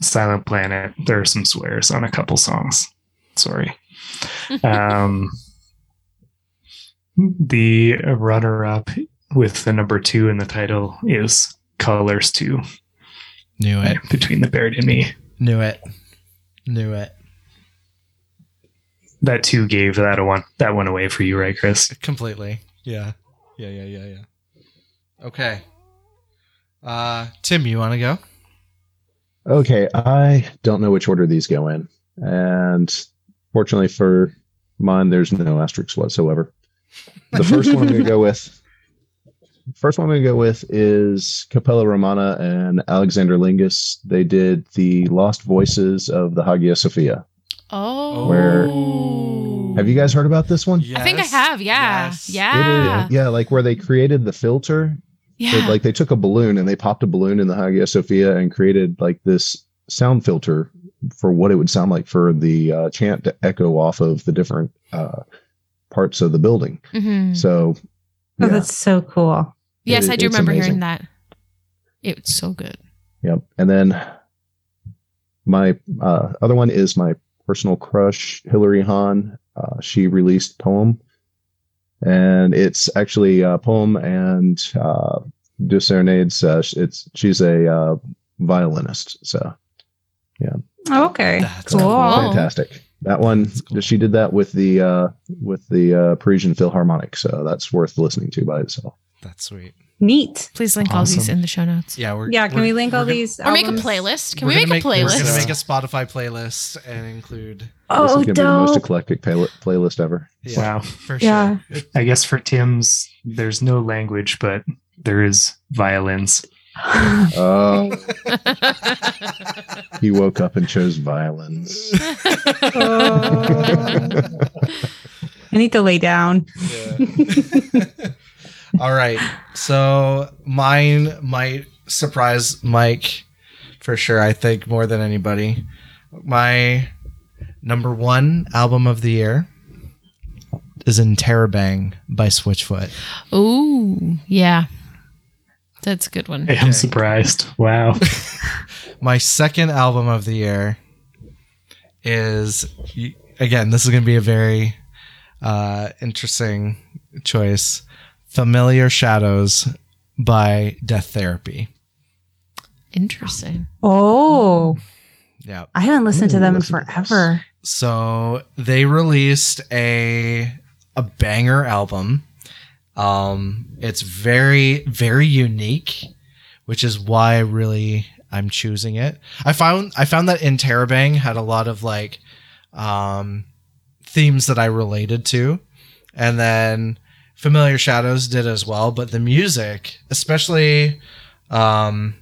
Speaker 4: Silent Planet. There are some swears on a couple songs. Sorry. Um, the runner up with the number two in the title is Colors 2
Speaker 1: Knew it.
Speaker 4: Between the Bird and Me.
Speaker 1: Knew it.
Speaker 7: Knew it.
Speaker 4: That two gave that a one. That one away for you, right, Chris?
Speaker 1: Completely. Yeah. Yeah, yeah, yeah, yeah. Okay. Uh Tim, you want to go?
Speaker 2: Okay, I don't know which order these go in. And fortunately for mine, there's no asterisks whatsoever. The first one I'm going to go with. First one I'm going to go with is Capella Romana and Alexander Lingus. They did the Lost Voices of the Hagia Sophia.
Speaker 5: Oh.
Speaker 2: Where- Have you guys heard about this one?
Speaker 5: I think I have. Yeah.
Speaker 1: Yes.
Speaker 5: Yeah.
Speaker 2: yeah, like where they created the filter
Speaker 5: Yeah.
Speaker 2: They- like they took a balloon and they popped a balloon in the Hagia Sophia and created like this sound filter for what it would sound like for the uh, chant to echo off of the different uh, parts of the building.
Speaker 5: Mhm.
Speaker 2: So,
Speaker 3: Oh,
Speaker 2: yeah.
Speaker 3: that's so cool.
Speaker 5: Yes,
Speaker 2: It-
Speaker 5: I do
Speaker 2: it's
Speaker 5: remember hearing
Speaker 2: amazing.
Speaker 5: that. It's so good.
Speaker 2: Yep. And then my uh, other one is my personal crush, Hilary Hahn. Uh, she released poem, and it's actually a poem and uh, de serenades. Uh, sh- it's she's a uh, violinist, so
Speaker 3: Oh, okay.
Speaker 1: That's
Speaker 3: cool.
Speaker 5: cool. Oh.
Speaker 2: fantastic. That one
Speaker 1: cool.
Speaker 2: she did that with the uh, with the uh, Parisian Philharmonic, so that's worth listening to by itself.
Speaker 1: That's sweet.
Speaker 3: Neat.
Speaker 5: Please link all these
Speaker 4: Awesome.
Speaker 5: in the show notes.
Speaker 1: Yeah, we're
Speaker 3: Yeah. Can
Speaker 1: we're-
Speaker 3: we link
Speaker 1: we're
Speaker 3: all
Speaker 1: gonna-
Speaker 3: these?
Speaker 5: Or make a
Speaker 3: albums?
Speaker 5: playlist. Can
Speaker 1: we're
Speaker 5: we make
Speaker 1: gonna
Speaker 5: a
Speaker 1: We're
Speaker 5: playlist?
Speaker 1: gonna make a Spotify playlist and include
Speaker 2: this is
Speaker 3: Oh,
Speaker 2: gonna be the most
Speaker 3: dope.
Speaker 2: eclectic pal- playlist ever.
Speaker 1: yeah,
Speaker 4: Wow.
Speaker 1: for sure.
Speaker 3: Yeah.
Speaker 4: I guess for Tim's, there's no language, but there is violins.
Speaker 2: Uh, he woke up and chose violins.
Speaker 3: Oh. I need to lay down.
Speaker 1: Yeah. All right. So mine might surprise Mike for sure, I think, more than anybody. My number one album of the year is In Terror Bang by Switchfoot.
Speaker 5: Ooh, yeah. That's a good one.
Speaker 4: I'm surprised. Wow.
Speaker 1: My second album of the year is, y- again, this is going to be a very uh, interesting choice Familiar Shadows by Death Therapy.
Speaker 5: Interesting.
Speaker 3: Oh,
Speaker 1: Yeah.
Speaker 3: I haven't listened to
Speaker 2: Ooh,
Speaker 3: them in
Speaker 2: listen to this.
Speaker 3: forever.
Speaker 1: So they released a a banger album. Um, it's very very unique, which is why I really I'm choosing it. I found I found that in Terabang had a lot of like um, themes that I related to, and then Familiar Shadows did as well. But the music, especially, um,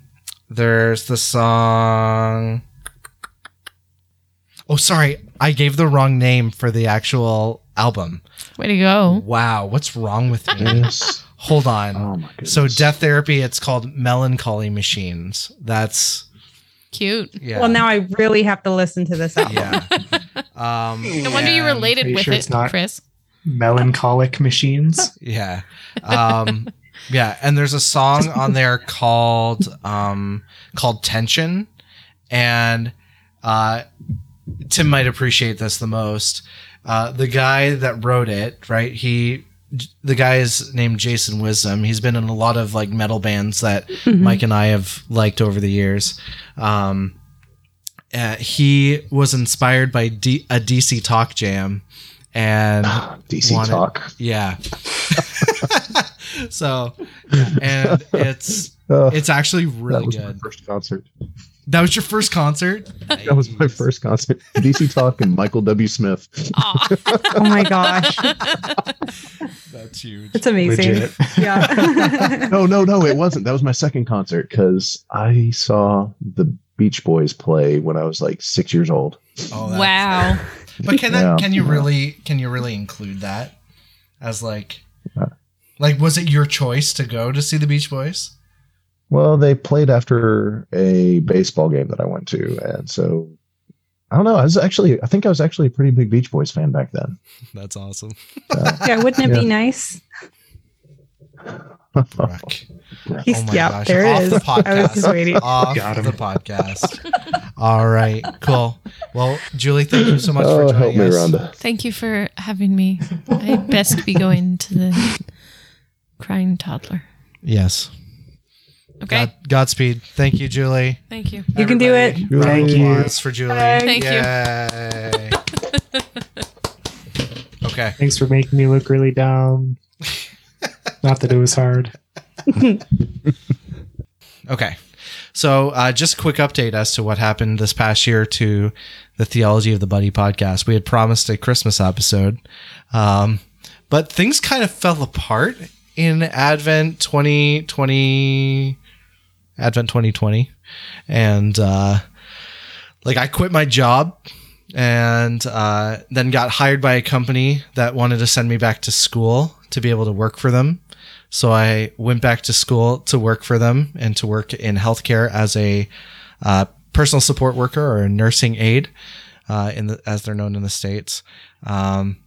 Speaker 1: there's the song. Oh, sorry. I gave the wrong name for the actual album.
Speaker 5: Way to go.
Speaker 1: Wow. What's wrong with me?
Speaker 2: Yes.
Speaker 1: Hold on.
Speaker 2: Oh my goodness.
Speaker 1: so, Death Therapy, it's called Melancholy Machines. That's,
Speaker 5: Cute.
Speaker 1: yeah.
Speaker 3: Well, now I really have to listen to this album.
Speaker 1: yeah. Um,
Speaker 5: No wonder you
Speaker 1: and-
Speaker 5: related
Speaker 4: Are you
Speaker 5: with
Speaker 4: sure
Speaker 5: it,
Speaker 4: it's not-
Speaker 5: Chris.
Speaker 4: Melancholic machines.
Speaker 1: Yeah. Um, yeah. And there's a song on there called, um, called Tension. And, uh, Tim might appreciate this the most. Uh, the guy that wrote it, right? He, the guy is named Jason Wisdom. He's been in a lot of like metal bands that
Speaker 3: Mhm.
Speaker 1: Mike and I have liked over the years. Um, uh, he was inspired by D- a DC Talk jam, and
Speaker 2: Ah. DC
Speaker 1: Wanted-
Speaker 2: talk.
Speaker 1: yeah. so, and it's
Speaker 2: Oh,
Speaker 1: it's actually
Speaker 2: that
Speaker 1: really
Speaker 2: was
Speaker 1: good.
Speaker 2: my first concert.
Speaker 1: That was your first concert.
Speaker 2: That was my first concert. DC Talk and Michael W. Smith.
Speaker 5: Aw.
Speaker 3: Oh my gosh,
Speaker 1: That's huge.
Speaker 3: it's amazing.
Speaker 4: Legit.
Speaker 3: Yeah.
Speaker 2: No, no, no, it wasn't. That was my second concert because I saw the Beach Boys play when I was like six years old.
Speaker 1: Oh, that's-
Speaker 5: wow.
Speaker 1: But can that
Speaker 2: Yeah.
Speaker 1: can you
Speaker 2: Yeah.
Speaker 1: really can you really include that as like
Speaker 2: Uh.
Speaker 1: like was it your choice to go to see the Beach Boys?
Speaker 2: Well, they played after a baseball game that I went to, and so I don't know. I was actually, I think I was actually a pretty big Beach Boys fan back then.
Speaker 1: That's awesome.
Speaker 3: yeah, wouldn't it be nice?
Speaker 1: Brooke.
Speaker 3: He's,
Speaker 1: Oh my
Speaker 3: yeah,
Speaker 1: gosh,
Speaker 3: there
Speaker 1: off
Speaker 3: it is.
Speaker 1: the
Speaker 3: I was just
Speaker 1: podcast.
Speaker 3: waiting.
Speaker 1: Off
Speaker 4: Got him.
Speaker 1: the podcast. All right, cool. Well, Julie, thank you so much
Speaker 2: oh,
Speaker 1: for joining
Speaker 2: help me,
Speaker 1: us.
Speaker 2: Rhonda.
Speaker 5: Thank you for having me. I'd best be going to the crying toddler.
Speaker 1: Yes.
Speaker 5: Okay.
Speaker 1: God- Godspeed. Thank you, Julie.
Speaker 5: Thank you.
Speaker 3: You can do it.
Speaker 1: Round of
Speaker 4: Thank you.
Speaker 1: applause for Julie.
Speaker 5: Thank you.
Speaker 1: Yay. okay.
Speaker 4: Thanks for making me look really dumb. Not that it was hard.
Speaker 1: Okay. So, uh, just a quick update as to what happened this past year to the Theology of the Buddy podcast. We had promised a Christmas episode, um, but things kind of fell apart in Advent 2020, Advent 2020. And, uh, like, I quit my job and uh, then got hired by a company that wanted to send me back to school to be able to work for them. So I went back to school to work for them and to work in healthcare as a uh, personal support worker or a nursing aide, uh, in the, as they're known in the states. Um,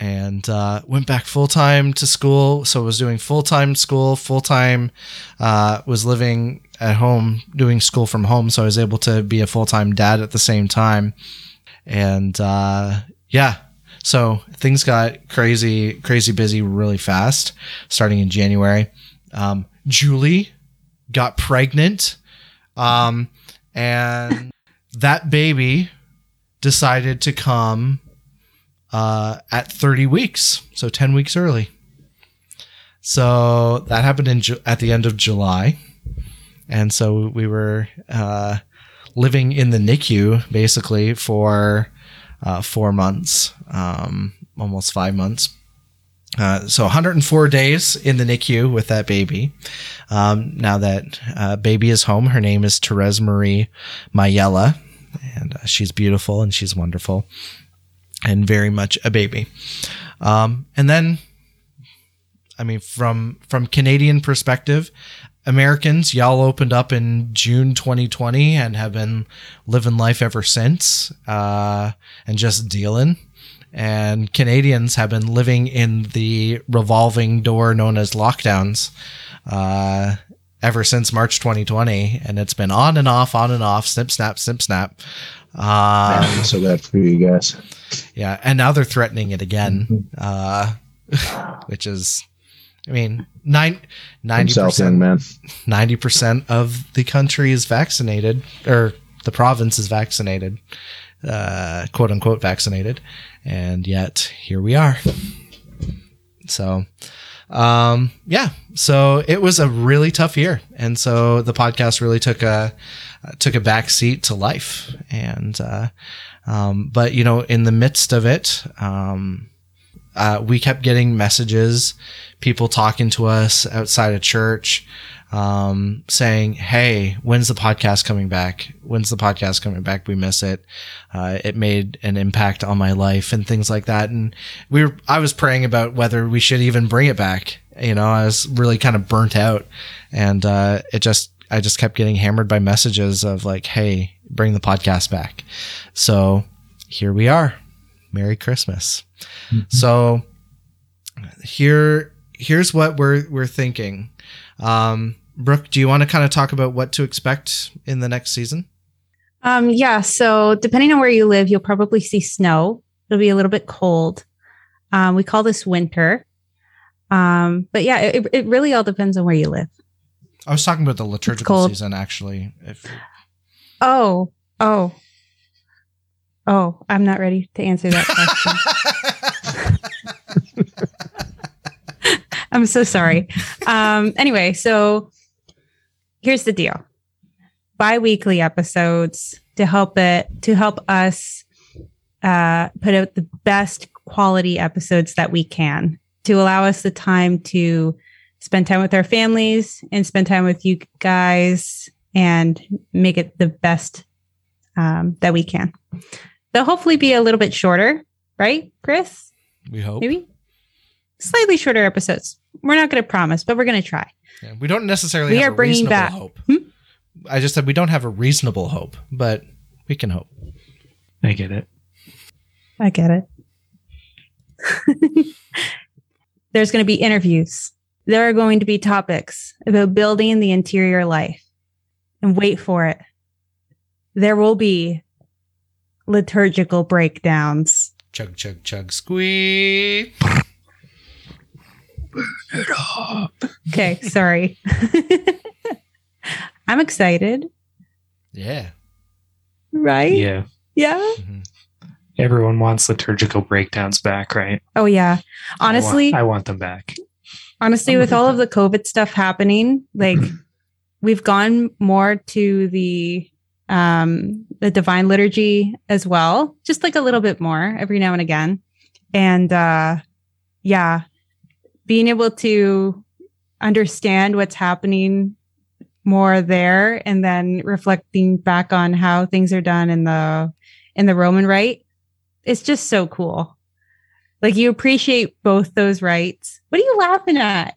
Speaker 1: and uh, went back full time to school. So was doing full time school, full time uh, was living at home, doing school from home. So I was able to be a full time dad at the same time. And uh, yeah, so things got crazy, crazy busy really fast starting in January. Um, Julie got pregnant. Um, and that baby decided to come uh, at 30 weeks, so 10 weeks early. So that happened in Ju- at the end of July. And so we were uh, living in the NICU basically for uh, four months, um, almost five months. Uh, so 104 days in the NICU with that baby. Um, now that uh, baby is home, her name is Therese Marie Mayella, and uh, she's beautiful and she's wonderful and very much a baby. Um, and then, I mean, from from Canadian perspective, Americans, y'all opened up in June 2020 and have been living life ever since, uh, and just dealing and Canadians have been living in the revolving door known as lockdowns uh, ever since March 2020, and it's been on and off, on and off, snip, snap, snip, snap. Um,
Speaker 2: so bad for you guys.
Speaker 1: yeah, and now they're threatening it again, uh, which is, I mean, nine,
Speaker 2: I'm South
Speaker 1: 90%,
Speaker 2: young man.
Speaker 1: 90% of the country is vaccinated, or the province is vaccinated, uh, quote unquote vaccinated. And yet here we are. So, um, yeah, so it was a really tough year. And so the podcast really took a, uh, took a back seat to life. And, uh, um, but you know, in the midst of it, um, uh, we kept getting messages, people talking to us outside of church, um, saying, "Hey, when's the podcast coming back? When's the podcast coming back? We miss it. Uh, it made an impact on my life and things like that." And we, were, I was praying about whether we should even bring it back. You know, I was really kind of burnt out, and uh, it just, I just kept getting hammered by messages of like, "Hey, bring the podcast back." So here we are. Merry Christmas. So here here's what we're we're thinking. Um, Brooke, do you want to kind of talk about what to expect in the next season?
Speaker 3: Um, yeah. So depending on where you live, you'll probably see snow. It'll be a little bit cold. Um, we call this winter. Um, but yeah, it, it really all depends on where you live.
Speaker 1: I was talking about the liturgical
Speaker 3: cold.
Speaker 1: season actually. If
Speaker 3: Oh, oh, oh, I'm not ready to answer that question. I'm so sorry. Um, anyway, so here's the deal. Bi-weekly episodes to help it to help us uh, put out the best quality episodes that we can to allow us the time to spend time with our families and spend time with you guys and make it the best um, that we can. They'll hopefully be a little bit shorter, right, Chris?
Speaker 1: we hope.
Speaker 3: Maybe slightly shorter episodes. We're not going to promise, but we're going to try.
Speaker 1: Yeah, we don't necessarily
Speaker 3: We
Speaker 1: have
Speaker 3: are
Speaker 1: a
Speaker 3: bringing
Speaker 1: reasonable
Speaker 3: back-
Speaker 1: hope.
Speaker 3: Hmm?
Speaker 1: I just said we don't have a reasonable hope, but we can hope.
Speaker 4: I get it.
Speaker 3: I get it. There's going to be interviews. There are going to be topics about building the interior life. And wait for it. There will be liturgical breakdowns.
Speaker 1: Chug chug chug squee.
Speaker 3: Okay, sorry. I'm excited,
Speaker 1: Yeah.
Speaker 3: right?
Speaker 4: Yeah.
Speaker 3: Yeah?
Speaker 4: Everyone wants liturgical breakdowns back, right?
Speaker 3: Oh yeah.
Speaker 4: I want-
Speaker 3: Honestly,
Speaker 4: I want, them back.
Speaker 3: honestly, with all of the COVID stuff happening, like we've gone more to the um the divine liturgy as well, just like a little bit more every now and again. And uh yeah, being able to understand what's happening more there and then reflecting back on how things are done in the in the Roman rite, it's just so cool. Like you appreciate both those rites. What are you laughing at?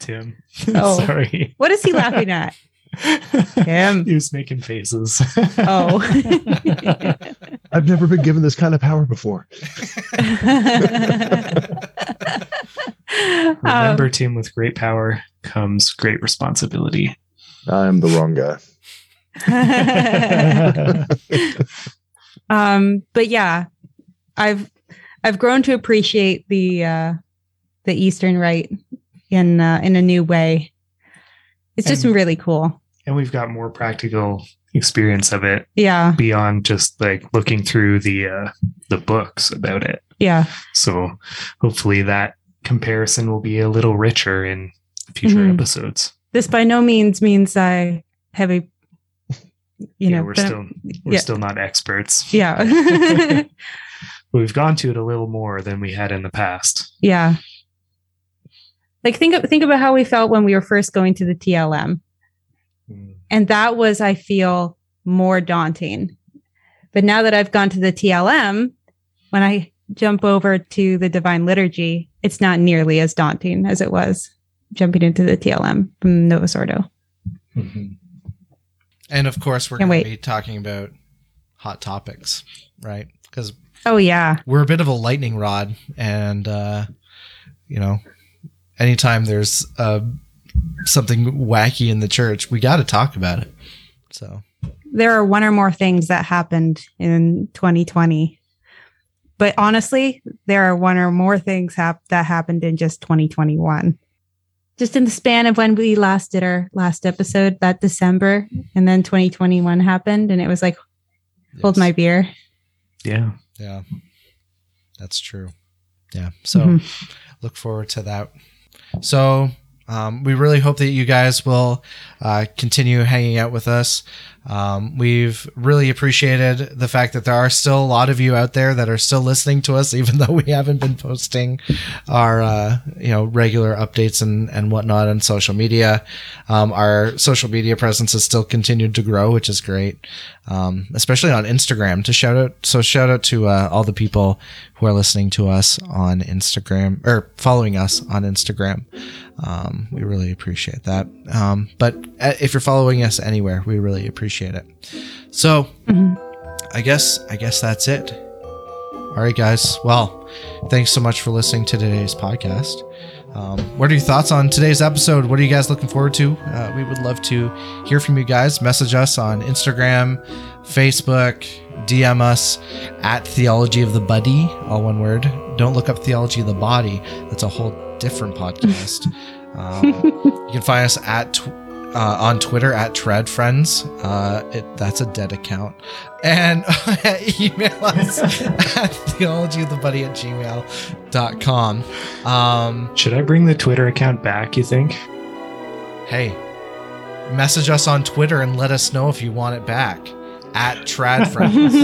Speaker 4: Tim.
Speaker 3: Oh.
Speaker 4: Sorry.
Speaker 3: What is he laughing at? Tim.
Speaker 4: he was making faces.
Speaker 3: Oh.
Speaker 2: I've never been given this kind of power before.
Speaker 4: Remember,
Speaker 3: um,
Speaker 4: Tim, with great power comes great responsibility.
Speaker 2: I'm the wrong guy.
Speaker 3: Oh. um, but yeah, I've I've grown to appreciate the uh, the Eastern rite in uh, in a new way. It's just
Speaker 4: And-
Speaker 3: really cool.
Speaker 4: and we've got more practical experience of it
Speaker 3: Yeah,
Speaker 4: beyond just like looking through the uh, the books about it.
Speaker 3: yeah.
Speaker 4: So hopefully that comparison will be a little richer in future
Speaker 3: Mhm.
Speaker 4: episodes.
Speaker 3: This by no means means I have a you
Speaker 4: yeah,
Speaker 3: know
Speaker 4: we're
Speaker 3: been a-
Speaker 4: still we're
Speaker 3: yeah.
Speaker 4: still not experts.
Speaker 3: yeah
Speaker 4: We've gone to it a little more than we had in the past.
Speaker 3: yeah. Like think of, think about how we felt when we were first going to the TLM. And that was, I feel, more daunting. But now that I've gone to the TLM, when I jump over to the Divine Liturgy, it's not nearly as daunting as it was jumping into the TLM from Novus Ordo.
Speaker 1: Mm-hmm. And of course, we're
Speaker 3: Can't
Speaker 1: going
Speaker 3: wait.
Speaker 1: to be talking about hot topics, right? Because
Speaker 3: Oh, yeah.
Speaker 1: we're a bit of a lightning rod, and uh, you know, anytime there's uh, something wacky in the church, we got to talk about it. So
Speaker 3: There are one or more things that happened in 2020. But honestly, there are one or more things hap- that happened in just 2021. Just in the span of when we last did our last episode that December, and then 2021 happened, and it was like, hold
Speaker 1: yes.
Speaker 3: my beer.
Speaker 4: Yeah.
Speaker 1: yeah, that's true. Yeah, so
Speaker 3: Mhm.
Speaker 1: look forward to that. So um, we really hope that you guys will uh, continue hanging out with us. Um, we've really appreciated the fact that there are still a lot of you out there that are still listening to us, even though we haven't been posting our uh, you know regular updates and and whatnot on social media. Um, our social media presence has still continued to grow, which is great, um, especially on Instagram. To shout out, so shout out to uh, all the people who are listening to us on Instagram or following us on Instagram. Um, we really appreciate that. Um, but uh, if you're following us anywhere, we really appreciate it. So, I guess I guess that's it. All right, guys. Well, thanks so much for listening to today's podcast. Um, what are your thoughts on today's episode? What are you guys looking forward to? Uh, we would love to hear from you guys. Message us on Instagram, Facebook, DM us at Theology of the Buddy, all one word. Don't look up Theology of the Body. That's a whole different podcast. um, you can find us at tw- uh, on Twitter at Tread Friends. Uh, it, that's a dead account. And email us at theologyofthebuddy at gmail.com. Um,
Speaker 4: Should I bring the Twitter account back, you think?
Speaker 1: hey, message us on Twitter and let us know if you want it back at Trad Friends.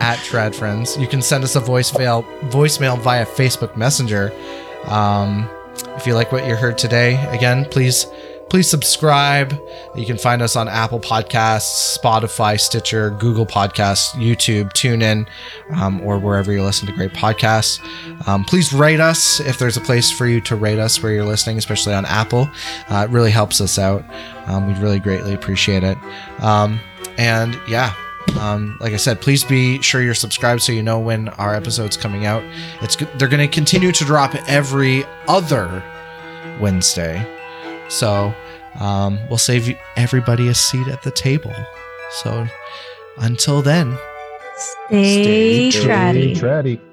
Speaker 1: at Trad Friends. You can send us a voicemail voicemail via Facebook Messenger. Um, if you like what you heard today, again, please please subscribe. You can find us on Apple Podcasts, Spotify, Stitcher, Google Podcasts, YouTube, TuneIn, um, or wherever you listen to great podcasts. Um, please rate us if there's a place for you to rate us where you're listening, especially on Apple. Uh, it really helps us out. Um, we'd really greatly appreciate it. Um, and yeah, um, like I said, please be sure you're subscribed so you know when our episode's coming out. It's go- they're going to continue to drop every other Wednesday, so um, we'll save you- everybody a seat at the table. So until then.
Speaker 3: Stay,
Speaker 4: Stay
Speaker 3: tratty.
Speaker 2: Tratty.